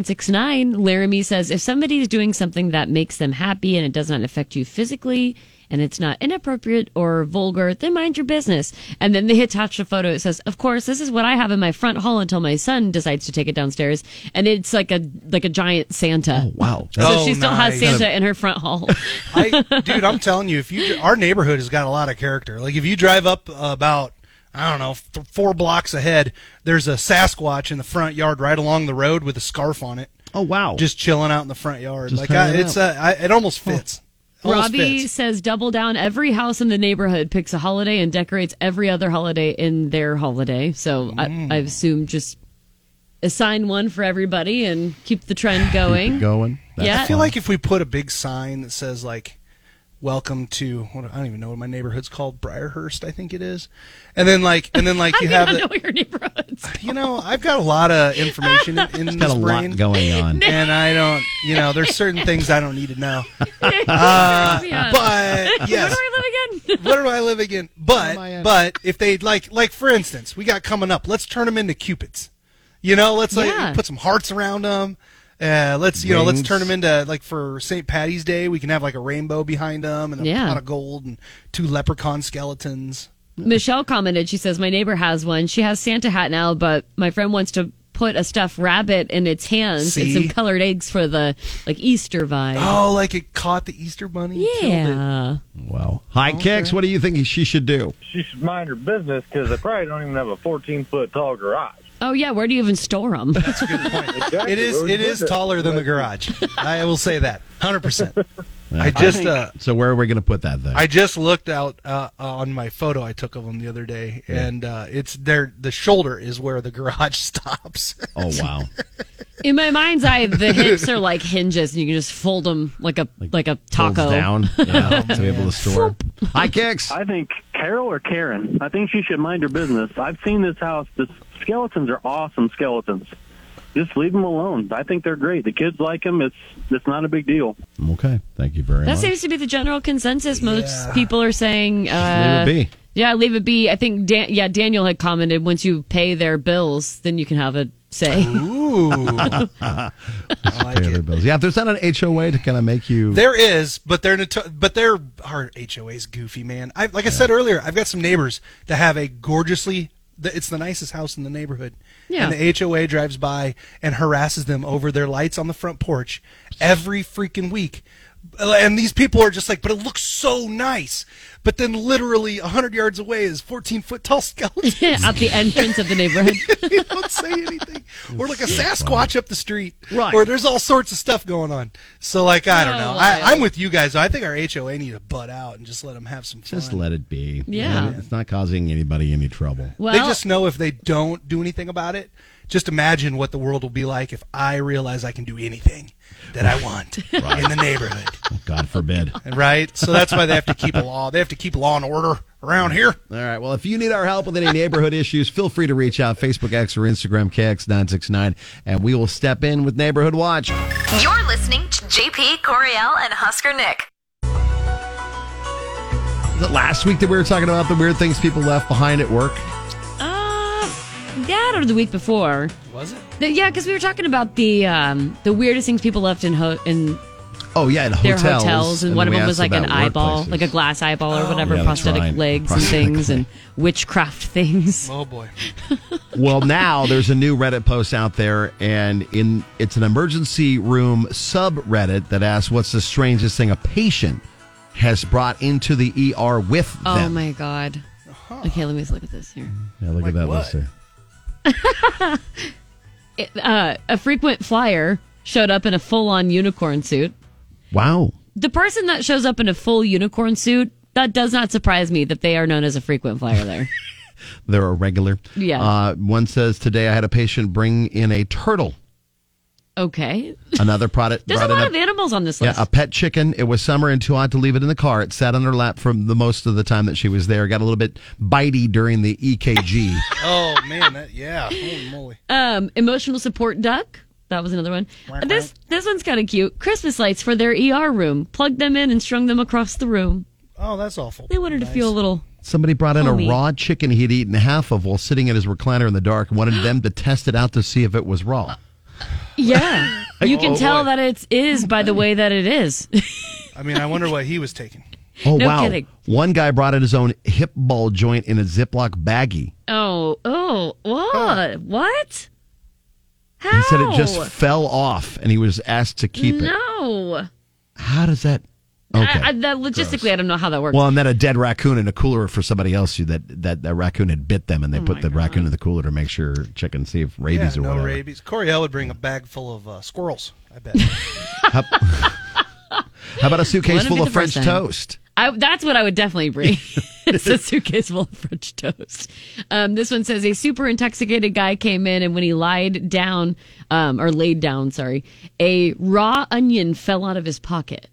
KX969 Laramie says if somebody is doing something that makes them happy and it does not affect you physically and it's not inappropriate or vulgar, then mind your business. And then they attach a photo. It says, "Of course, this is what I have in my front hall until my son decides to take it downstairs." And it's like a like a giant Santa. Oh, wow! So Oh, she still has nice. Santa in her front hall. Dude, I'm telling you, if you our neighborhood has got a lot of character. Like if you drive up about I don't know th- four blocks ahead, there's a Sasquatch in the front yard right along the road with a scarf on it. Oh wow! Just chilling out in the front yard. Just like I, hanging it's out. uh, I, it almost fits. Almost Robbie fits. says double down. Every house in the neighborhood picks a holiday and decorates every other holiday in their holiday. So Mm. I, I assume just assign one for everybody and keep the trend going. Going. Yeah. I feel like if we put a big sign that says like welcome to what, I don't even know what my neighborhood's called Briarhurst I think it is, and then like and then like you have the- your neighborhoods. you know I've got a lot of information in, in this got a lot brain going on. and I don't you know there's certain things I don't need to know, uh, but yes. I live again? Where do I live again? But but if they like like for instance, we got coming up. Let's turn them into cupids. You know, let's like Yeah. put some hearts around them. Uh, let's you know, let's Rings. turn them into like for St. Patty's Day, we can have like a rainbow behind them and a Yeah. pot of gold and two leprechaun skeletons. Michelle commented, she says, My neighbor has one. She has Santa hat now, but my friend wants to put a stuffed rabbit in its hands See? and some colored eggs for the like Easter vibe. Oh, like it caught the Easter bunny. and killed it. yeah. Wow. Hi, Kix. What do you think she should do? She should mind her business because they probably don't even have a 14 foot tall garage. Oh, yeah. Where do you even store them? Exactly. It is Where would it you is put taller than the garage. I will say that. 100%. I just uh so where are we going to put that thing? I just looked out uh, on my photo I took of them the other day, and uh, it's there. The shoulder is where the garage stops. oh wow! In my mind's eye, the hips are like hinges, and you can just fold them like a like, a taco. Folds down yeah, to be able to store. Hi, Kix. I think Carol or Karen. I think she should mind her business. I've seen this house. The skeletons are awesome skeletons. Just leave them alone. I think they're great. The kids like them. It's it's not a big deal. Okay, thank you very That much. seems to be the general consensus. Most people are saying, uh, leave it be. Yeah, leave it be. I think, Dan- yeah, Daniel had commented once you pay their bills, then you can have a say. Ooh. Pay their bills. Yeah, if there's not an HOA to kind of make you there is, but they're noto- but they're our HOA's goofy man. I like I said earlier, I've got some neighbors that have a gorgeously. the- It's the nicest house in the neighborhood. Yeah. And the HOA drives by and harasses them over their lights on the front porch every freaking week. And these people are just like, but it looks so nice. But then literally 100 yards away is 14 foot tall skeleton. At the entrance of the neighborhood. you don't say anything. or like a Sasquatch up the street. Right. Or there's all sorts of stuff going on. So like I don't Oh, know. wild. I, I'm with you guys. I think our HOA need to butt out and just let them have some fun. just let it be. Yeah. it's not causing anybody any trouble. they just know if they don't do anything about it. Just imagine what the world will be like if I realize I can do anything that I want in the neighborhood. God forbid. Right? So that's why they have to keep a law. They have to keep law and order around here. All right. Well, if you need our help with any neighborhood issues, feel free to reach out Facebook X or Instagram KX969, and we will step in with Neighborhood Watch. You're listening to JP Coriel and Husker Nick. Was it last week that we were talking about the weird things people left behind at work? Uh, that or the week before. Was it? The- yeah, because we were talking about the um, the weirdest things people left in ho- in Oh yeah, in their hotels. hotels, and, one of we them was asked like an about eyeball, workplaces. Oh, like a glass eyeball or whatever, Yeah, that's prosthetic right. legs Prosthetic and things, and witchcraft things. Oh boy. well, now there's a new Reddit post out there, and in it's an emergency room subreddit that asks, "What's the strangest thing a patient has brought into the ER with Oh them?" my god. Okay, let me just look at this here. Yeah, look at that what? list there. It, uh, a frequent flyer showed up in a full on unicorn suit. Wow. The person that shows up in a full unicorn suit, that does not surprise me that they are known as a frequent flyer there. They're a regular. Yeah. Uh, one says today I had a patient bring in a turtle. okay. Another product. There's a brought in lot of animals on this Yeah, list. a pet chicken. It was summer and too hot to leave it in the car. It sat on her lap for the most of the time that she was there. Got a little bit bitey during the E EKG. Oh man, that yeah. Holy moly. Um, emotional support duck. That was another one. This this one's kind of cute. Christmas lights for their ER room. Plugged them in and strung them across the room. Oh, that's awful. They wanted to feel a little. Somebody brought in Homie. a raw chicken he'd eaten half of while sitting in his recliner in the dark and wanted them to test it out to see if it was raw. Yeah, you can Oh, tell boy. that it is by the way that it is. I mean, I wonder what he was taking. Oh, No wow. kidding. One guy brought in his own hip ball joint in a Ziploc baggie. oh, oh, what? What? How? He said it just fell off and he was asked to keep it. no. How does that. Okay. I, I, that logistically, I don't know how that works. Well, and then a dead raccoon in a cooler for somebody else who that that, that raccoon had bit them, and they Oh my put the raccoon in the cooler to make sure check and see if rabies yeah, or no whatever. rabies. Coriel would bring a bag full of uh, squirrels. I bet. How, how about a suitcase Wouldn't be full of the first French time. toast? I, that's what I would definitely bring. it's a suitcase full of French toast. Um, this one says a super intoxicated guy came in, and when he lied down um, or laid down, sorry, a raw onion fell out of his pocket.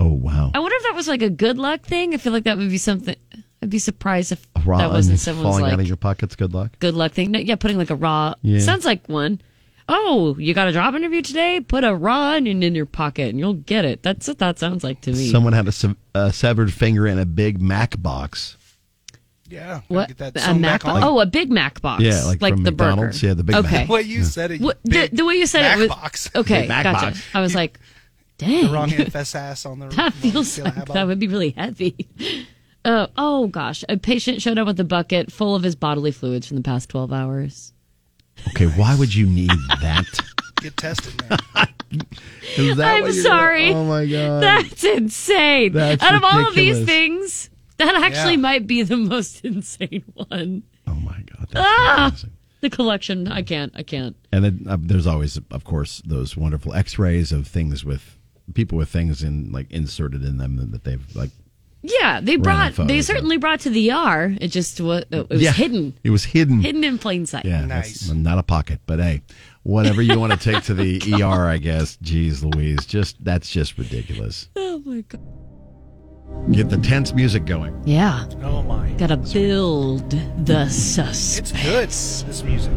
Oh wow! I wonder if that was like a good luck thing. I feel like that would be something. I'd be surprised if Ron that wasn't someone's falling out like of your pockets. Good luck. good luck thing. No, yeah, putting like a raw. Yeah. Sounds like one. Oh, you got a job interview today? Put a raw onion in your pocket and you'll get it. That's what that sounds like to me. Someone had a, se- a severed finger in a Big Mac box. Yeah. what? that a sewn Mac back box? on. Oh, a Big Mac box. Yeah, like from the McDonald's. burger. Yeah, the Big Mac. okay. The way you said it, What- the, the way you said it was box. okay. Big Mac gotcha. box. I was like, dang, The wrong FSS on the that feels feel like that that would be really heavy. Uh, oh gosh, a patient showed up with a bucket full of his bodily fluids from the past twelve hours. Okay, why would you need that? get tested. Is that I'm what you're- sorry. Oh my god! That's insane. That's Out of all of these ridiculous. things, that actually Yeah. might be the most insane one. Oh my god. Ah, the collection. I can't. I can't. And then uh, there's always, of course, those wonderful X-rays of things with people with things in like inserted in them that they've like. Yeah, they Random brought. photos They of- certainly brought to the ER. It just was. It was Yeah, hidden. It was hidden. Hidden in plain sight. Yeah, nice. Not a pocket, but hey, whatever you want to take to the Oh, ER, I guess. Jeez, Louise, just that's just ridiculous. Oh my god. Get the tense music going. Yeah. Oh my. Gotta build the suspense. It's good. This music.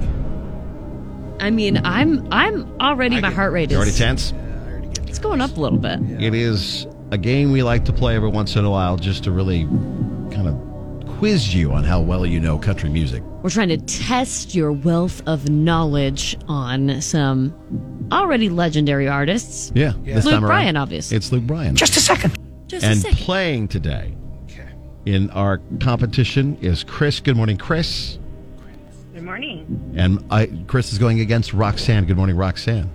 I mean, I'm. I'm already. my heart rate You're already is. tense. It's going up a little bit. It is a game we like to play every once in a while, just to really kind of quiz you on how well you know country music. We're trying to test your wealth of knowledge on some already legendary artists. Yeah, Luke around, Bryan, obviously. It's Luke Bryan. Just a second. Just and a second. playing today in our competition is Chris. Good morning, Chris. Good morning. And I, Chris is going against Roxanne. Good morning, Roxanne.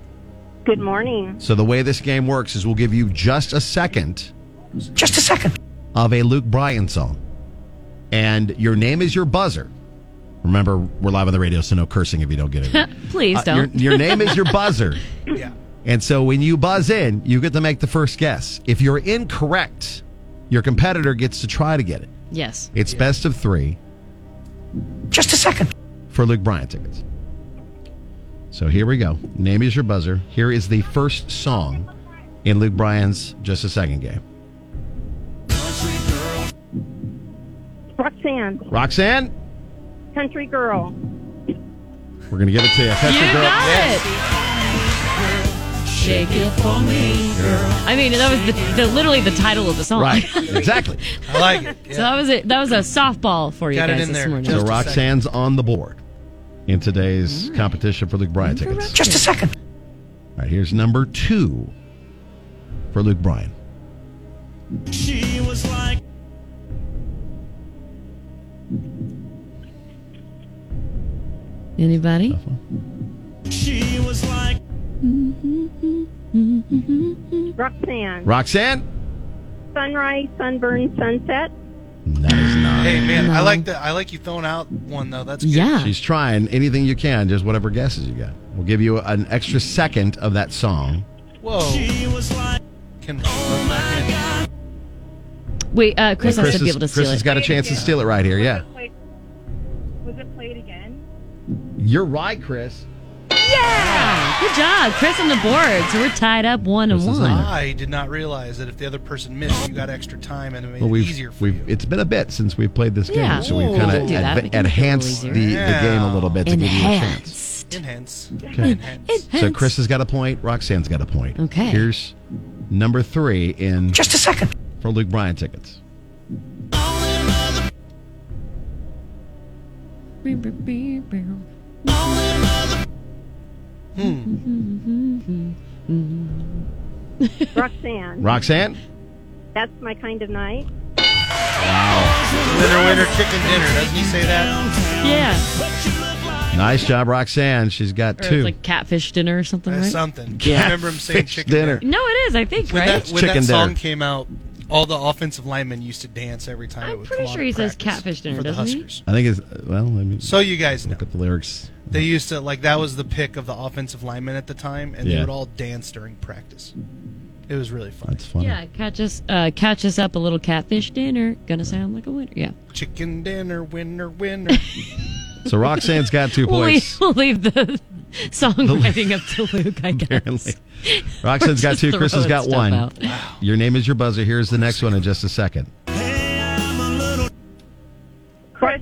Good morning. So the way this game works is we'll give you just a second, just a second of a Luke Bryan song, and your name is your buzzer. Remember, we're live on the radio, so no cursing if you don't get it. Please Uh, your- don't. your name is your buzzer. Yeah. And so when you buzz in, you get to make the first guess. If you're incorrect, your competitor gets to try to get it. Yes. It's best of three. Just a second. For Luke Bryan tickets. So here we go. Name is your buzzer. Here is the first song in Luke Bryan's Just a Second game. Roxanne, Roxanne, country girl. we're going to give it to you. Country You girl. got it. Shake it for me, girl. I mean, that was the, the, literally the title of the song. Right. Exactly. I like it. So that was it. That was a softball for you Got it guys in this there. morning. So Roxanne's on the board in today's competition for Luke Bryan tickets. Just a second. All right, here's number two for Luke Bryan. She was like, Anybody? she was like. Roxanne, Roxanne, sunrise, sunburn, sunset. Hey man, I No. like that. I like you throwing out one though. That's good. she's trying anything you can, just whatever guesses you got. We'll give you an extra second of that song. Whoa. She was like, can oh my God. Wait, uh, Chris And has to be is- able to Chris steal has it. got a chance to steal it right here. Yeah, Was it played again? you're right, Chris. Yeah. Good job, Chris, on the board. So we're tied up one and one. I did not realize that if the other person missed, you got extra time and it made Well, it we've, easier. we've it's been a bit since we've played this game, Yeah. so we've Ooh. kind We can of do that. We adv- can make it a little enhanced the, easier. the Yeah. game a little bit to give you a chance. Enhance. Okay. So Chris has got a point. Roxanne's got a point. Okay. Here's number three in just a second for Luke Bryan tickets. Roxanne, Roxanne, that's my kind of night. Winner, winner, chicken dinner. Doesn't he say that? Yeah. nice job, Roxanne. She's got Or two. it's like catfish dinner or something, That's right? something. Yeah. I remember him saying Catfish chicken dinner. dinner. No, it is. I think When right. that, when Chicken that song dinner. came out, all the offensive linemen used to dance every time it would pretty come sure on he at says practice catfish dinner, for the doesn't he? Huskers. I think it's well. I mean, So you guys look at the lyrics. They used to like that was the pick of the offensive linemen at the time, and Yeah. they would all dance during practice. It was really fun. That's funny. Yeah, catch us, uh, catch us up a little catfish dinner. Gonna sound like a winner. Yeah. Chicken dinner, winner, winner. So Roxanne's got two We'll leave, points. we'll leave the songwriting up to Luke, I guess. Roxanne's got Just two. Chris has throwing got stuff one. out. Your name is your buzzer. Here's the next one in just a second. Chris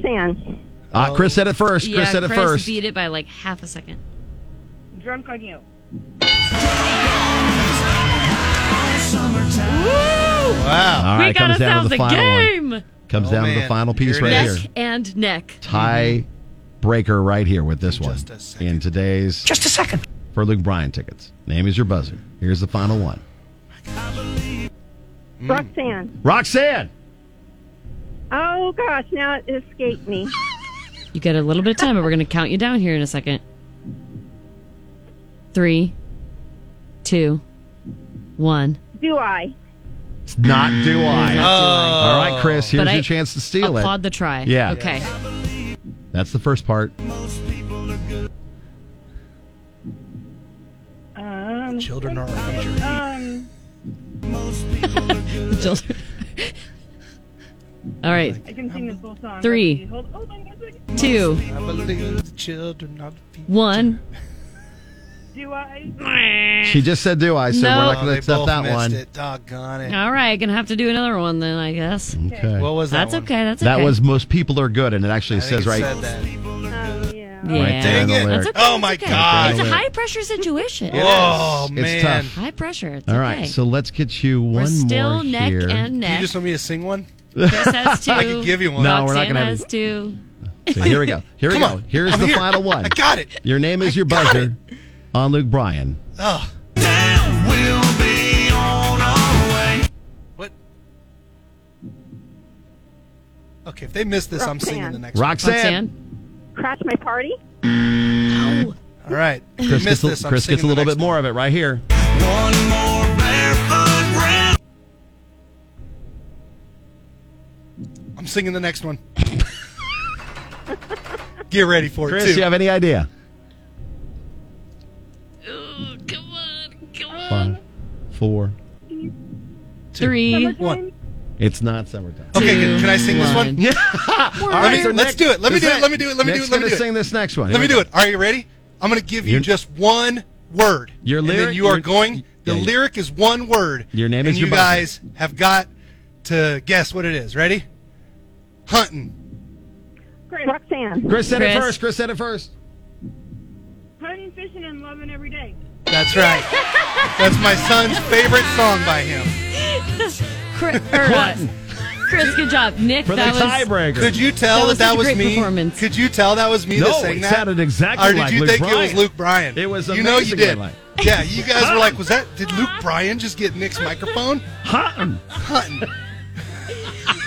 Ann. Ah, Chris said it first. Chris Yeah, said it Chris first. beat it by like half a second. Drunk on you. Wow. All we right, got comes ourselves down to the a final game. one. Comes down to the man. final piece right Neck here. and neck. Tie breaker right here with this one. in today's Just a second. for Luke Bryan tickets. Name is your buzzer. Here's the final one. Roxanne. Roxanne. Oh gosh, now it escaped me. You get a little bit of time, but we're going to count you down here in a second. Three, two, one. Do I? It's not do Not I. do I. All right, Chris. Here's But your I chance to steal it. applaud the try. Yeah. Okay. That's the first part. Um, children are Um, Children. All right. I can sing this whole song. Three. Hold- hold on one second. Two. I believe the children are One. Do I? Eh. She just said do I, so No. we're not Oh, going they to accept both that missed one. it. Doggone it. All right. Gonna have to do another one then, I guess. Okay. What was Mm, that That's one? okay. That's that okay. was most people are good, and it actually says right. Yeah. Right there in the lyric. That's okay, Oh, that's my okay. God. It's a high pressure situation. It Oh, Whoa, is. It's man. tough. High pressure. It's All right, okay. so let's get you one We're still more neck here. and You neck. just want me to sing one? Chris has two. I could give you one. No, we're not Roxanne gonna have has it. two. So here we go. Here we Come go. on. Here's I'm the here. final one. I got it. Your name is your buzzer on Luke Bryan. Oh. What? Okay, if they miss this, I'm singing the next Roxanne. Crash my party. one. All right. If Chris you miss gets, a- this, I'm Chris gets a singing the little next bit more of it right here. I'm singing the next one. Get ready for Chris, it, too. you have any idea? Five, four. Three. One. It's not summertime. Okay, can, can I sing this one? Yeah. All right, let's do it. Let me do it. Let me do it. Let me do it. Let me do it. sing this next one. Let me Here do it. Are you ready? I'm going to give you You're- just one word. Your And lyric- then you are your- going. The yeah, you- lyric is one word. Your name and is your you buzzer. guys have got to guess what it is. Ready? Hunting. Roxanne. Chris said it Chris. first. Chris said it first. Hunting, fishing, and loving every day. That's right. That's my son's favorite song by him. Chris, or, uh, Chris, good job, Nick. that was Could you tell that was that such a was, great me? Performance. Could you tell that was me No, that sang it that? sounded exactly Or did like you Luke think it was Bryan. Luke Bryan? It was You know you amazingly did. like- Yeah, you guys were like, was that? Did Luke Bryan just get Nick's microphone? Hunting. Hunting.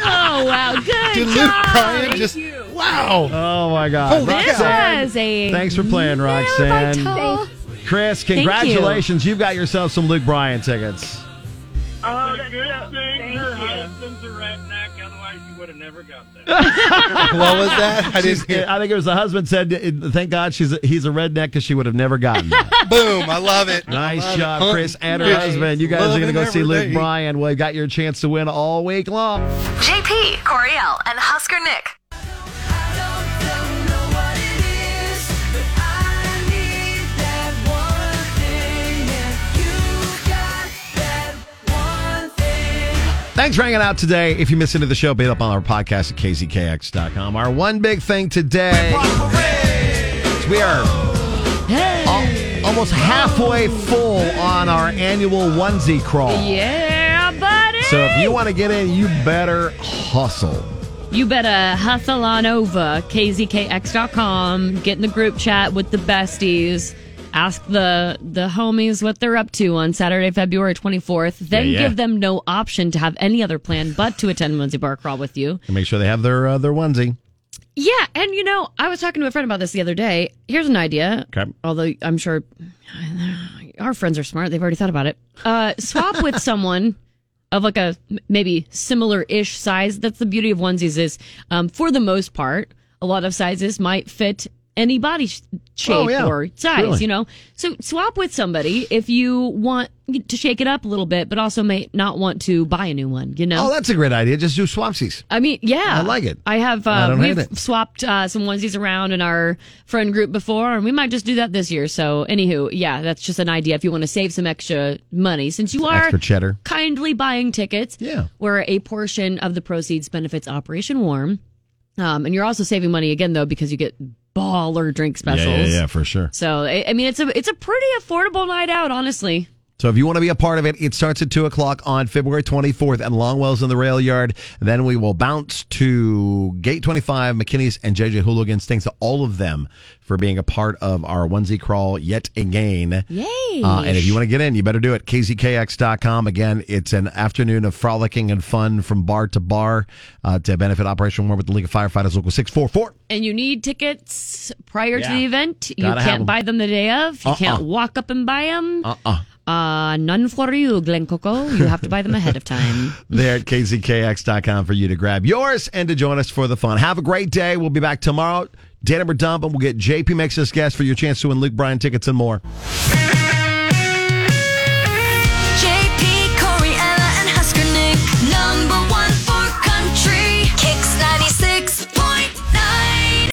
Oh wow, good Did job. Luke Bryan just? Wow. Oh my God! Holy Roxanne, cow. This was a thanks for playing, Roxanne. toe. Chris, Thank you. congratulations! You've got yourself some Luke Bryan tickets. Oh, that's good thing your husband's a redneck, otherwise you would have never got that. what was that? I didn't hear. I think it was the husband said. Thank God she's a, he's a redneck because she would have never gotten. That. Boom! I love it. nice Love it. job, Hunting, Chris and her fishing, husband. You guys are loving going to go see every Luke day. Bryan. Well, you got your chance to win all week long. JP, Coriel, and Husker Nick. Thanks for hanging out today. If you missed into the show, be up on our podcast at kzkx.com. Our one big thing today is we are al- almost halfway full on our annual onesie crawl. Yeah, buddy. So if you want to get in, you better hustle. You better hustle on over kzkx.com, get in the group chat with the besties, ask the the homies what they're up to on Saturday, February 24th, then Yeah, yeah. give them no option to have any other plan but to attend Lindsay Bar Crawl with you. And make sure they have their uh, their onesie. Yeah, and you know, I was talking to a friend about this the other day. Here's an idea. Okay. Although I'm sure our friends are smart; they've already thought about it. Uh, swap with someone of like a m- maybe similar-ish size. That's the beauty of onesies is, um, for the most part, a lot of sizes might fit any body sh- shape Oh, yeah. or size, Really? you know? So swap with somebody if you want to shake it up a little bit, but also may not want to buy a new one, you know? Oh, that's a great idea. Just do swapsies. I mean, yeah, I like it. I have. Uh, I don't hate we've it. swapped uh, some onesies around in our friend group before, and we might just do that this year. So, anywho, yeah, that's just an idea. If you want to save some extra money, since you are Extra cheddar. kindly buying tickets, yeah, where a portion of the proceeds benefits Operation Warm, um, and you're also saving money again though because you get baller drink specials. for sure. So, I I mean, it's a it's a pretty affordable night out, honestly. So if you want to be a part of it, it starts at 2 o'clock on February 24th at Longwell's in the Rail Yard. Then we will bounce to Gate 25, McKinney's, and JJ Hooligans. Thanks to all of them for being a part of our onesie crawl yet again. Yay! Uh, and if you want to get in, you better do it. KZKX.com. Again, it's an afternoon of frolicking and fun from bar to bar uh, to benefit Operation Warm with the League of Firefighters Local 644. and you need tickets prior to Yeah. the event. You Gotta have can't 'em. buy them the day of. You Uh-uh. can't walk up and buy them. Uh-uh. Uh, none for you, Glen Coco. You have to buy them ahead of time. there at kzkx.com for you to grab yours and to join us for the fun. Have a great day. We'll be back tomorrow. Day number dump, and we'll get JP makes us guest for your chance to win Luke Bryan tickets and more.